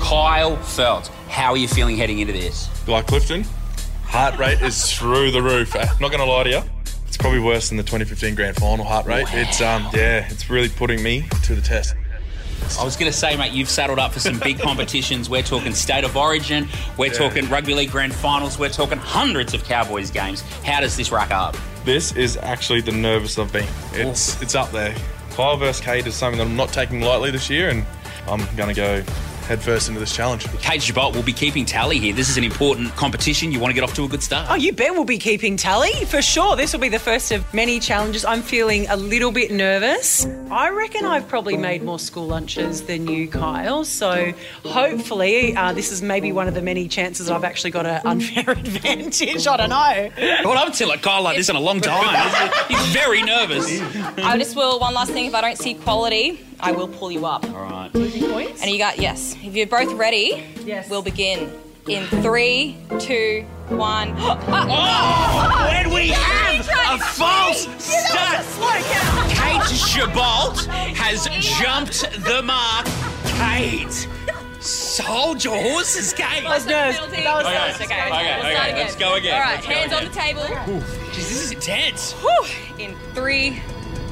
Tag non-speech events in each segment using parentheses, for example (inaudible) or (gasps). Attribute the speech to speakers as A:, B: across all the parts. A: Kyle Felt, how are you feeling heading into this?
B: Like Clifton, heart rate is through the roof. Uh, Not going to lie to you. It's probably worse than the 2015 grand final heart rate. It's um yeah, it's really putting me to the test.
A: I was going to say, mate, you've saddled up for some (laughs) big competitions. We're talking State of Origin, we're talking Rugby League Grand Finals, we're talking hundreds of Cowboys games. How does this rack up?
B: This is actually the nervous I've been. It's it's up there. Kyle versus Kate is something that I'm not taking lightly this year, and I'm going to go headfirst into this challenge.
A: Cage Bolt will be keeping tally here. This is an important competition. You want to get off to a good
C: Oh,
A: start.
C: you bet we'll be keeping tally for sure. This will be the first of many challenges. I'm feeling a little bit nervous. I reckon I've probably made more school lunches than you, Kyle. So hopefully, uh, this is maybe one of the many chances that I've actually got an unfair (laughs) advantage. I don't know.
A: Well, I haven't seen a guy like this in a long (laughs) time. He's very nervous.
D: I just will one last thing. If I don't see quality, I will pull you up.
A: All right.
C: Points?
D: And you got yes. If you're both ready,
C: Yes.
D: we'll begin in three, two, one.
C: (gasps)
A: When we have
D: tried
A: a
D: to
A: false start, Kate
D: (laughs)
A: Shabolt has jumped the mark. Kate, sold your horses, Kate.
C: was nerves.
D: Penalty.
C: That was
D: Okay,
C: nerves.
D: okay,
C: Okay,
D: we'll
A: okay,
D: start again.
A: let's go again,
D: All right,
A: let's go
D: hands on
A: again.
D: the table.
A: Jeez, this is intense.
D: Whew. In three,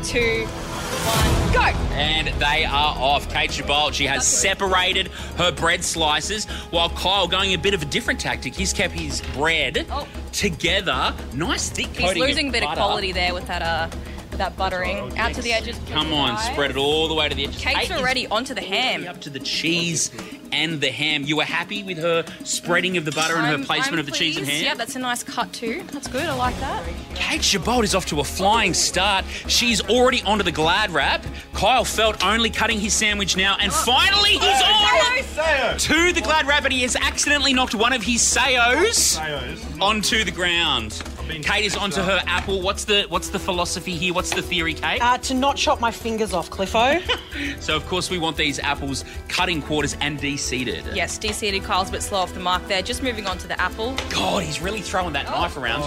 D: two, one, go.
A: And they are off. Kate Shabolt, she has separated her bread slices, while Kyle going a bit of a different tactic. He's kept his bread
D: Oh.
A: together. Nice thick coating.
D: He's losing a bit of
A: butter.
D: quality there with that uh, that buttering. Out to the edges.
A: Come on, spread it all the way to the edge.
D: Cake's
A: Kate is
D: already onto the
A: Really
D: ham.
A: up to the cheese and the ham. You were happy with her spreading of the butter and her
D: I'm-
A: placement
D: I'm
A: of the cheese and
D: pleased.
A: ham?
D: Yeah, that's a nice cut too. That's good. I like that.
A: Kate Chabot is off to a flying start. She's already onto the glad wrap. Kyle Felt only cutting his sandwich now,
D: Oh.
A: and finally he's on to the glad wrap, and he has accidentally knocked one of his sayos onto the ground. Kate is onto her apple. What's the what's the philosophy here? What's the theory, Kate?
C: Uh, to not chop my fingers off, Cliffo.
A: (laughs) So of course we want these apples cut in quarters and de-seeded.
D: Yes, DC Kyle's a bit slow off the mark there. Just moving on to the apple.
A: God, he's really throwing that knife around.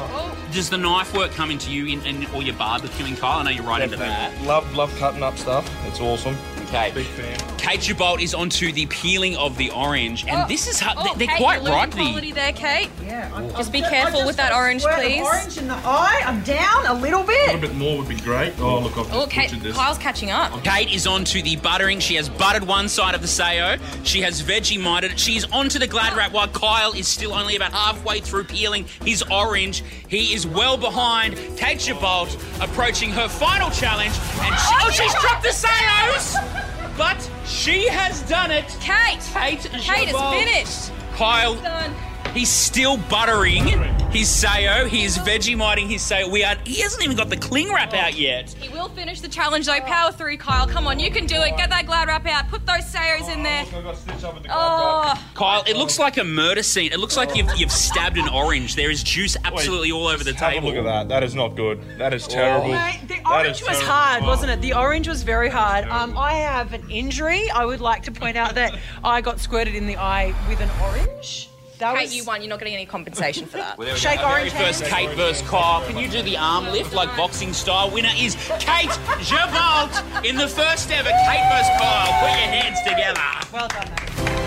A: Does the knife work come into you in, in all your barbecuing, Kyle? I know you're right into that.
B: Love love cutting up stuff. It's awesome.
A: Okay.
B: Big fan.
A: Kate Gibolt is onto the peeling of the orange, and
D: Oh.
A: this is how
D: Oh,
A: they- they're
D: Kate,
A: quite
D: you're
A: ripe.
D: losing quality
A: The
D: there, Kate.
C: yeah. I'm,
D: Just be careful with that orange, please.
C: Orange in the eye. I'm down a little
B: A
C: bit.
B: bit more would be great. Oh look, I've
D: Oh,
B: just
D: Kate,
B: butchered this.
D: Kyle's catching up.
A: Kate is onto the buttering. She has buttered one side of the sayo. She has veggie minded. She's onto the glad wrap while Kyle is still only about halfway through peeling his orange. He is well behind. Kate Gibolt approaching her final challenge, and she, oh, she's dropped the sayos, but she has done it.
D: Kate!
A: Kate
D: Kate
A: Chabot.
D: is finished.
A: Kyle
D: Done.
A: He's still buttering his sayo. He is Vegemiting his sayo. We are. He hasn't even got the cling wrap out yet.
D: He will finish the challenge though. Power through, Kyle. Come on, you can do it. Get that glad wrap out. Put those sayos in there.
B: I got stitched up with the
D: Oh,
A: Kyle, it looks like a murder scene. It looks like you've, you've stabbed an orange. There is juice absolutely all over the
B: Have a
A: table. Oh.
B: look at that. That is not good. That is terrible.
C: Mate, the
B: That
C: orange
B: is
C: was
B: terrible.
C: hard,
B: Oh.
C: wasn't it? The orange was very hard. Um, I have an injury. I would like to point out that I got squirted in the eye with an orange. That
D: Kate,
C: was
D: you won. You're not getting any compensation for
A: (laughs)
D: that.
C: shake orange.
A: First,
C: hand.
A: Kate versus Kyle. Can you do the arm lift like boxing style? Winner is Kate Gervalt in the first ever Kate versus Kyle. Put your hands together.
C: Well done. Mate.